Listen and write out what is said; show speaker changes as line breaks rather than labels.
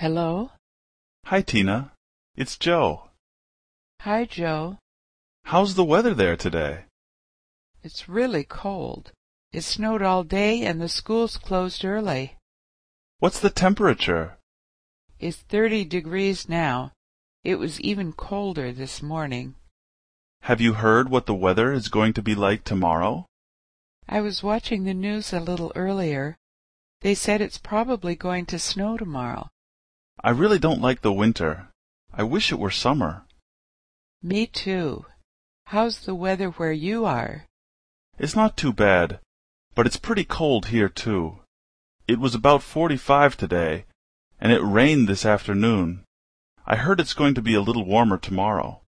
Hello?
Hi, Tina. It's Joe.
Hi, Joe.
How's the weather there today?
It's really cold. It snowed all day and the school's closed early.
What's the temperature?
It's 30 degrees now. It was even colder this morning.
Have you heard what the weather is going to be like tomorrow?
I was watching the news a little earlier. They said it's probably going to snow tomorrow.
I really don't like the winter. I wish it were summer.
Me too. How's the weather where you are?
It's not too bad, but it's pretty cold here too. It was about 45 today, and it rained this afternoon. I heard it's going to be a little warmer tomorrow.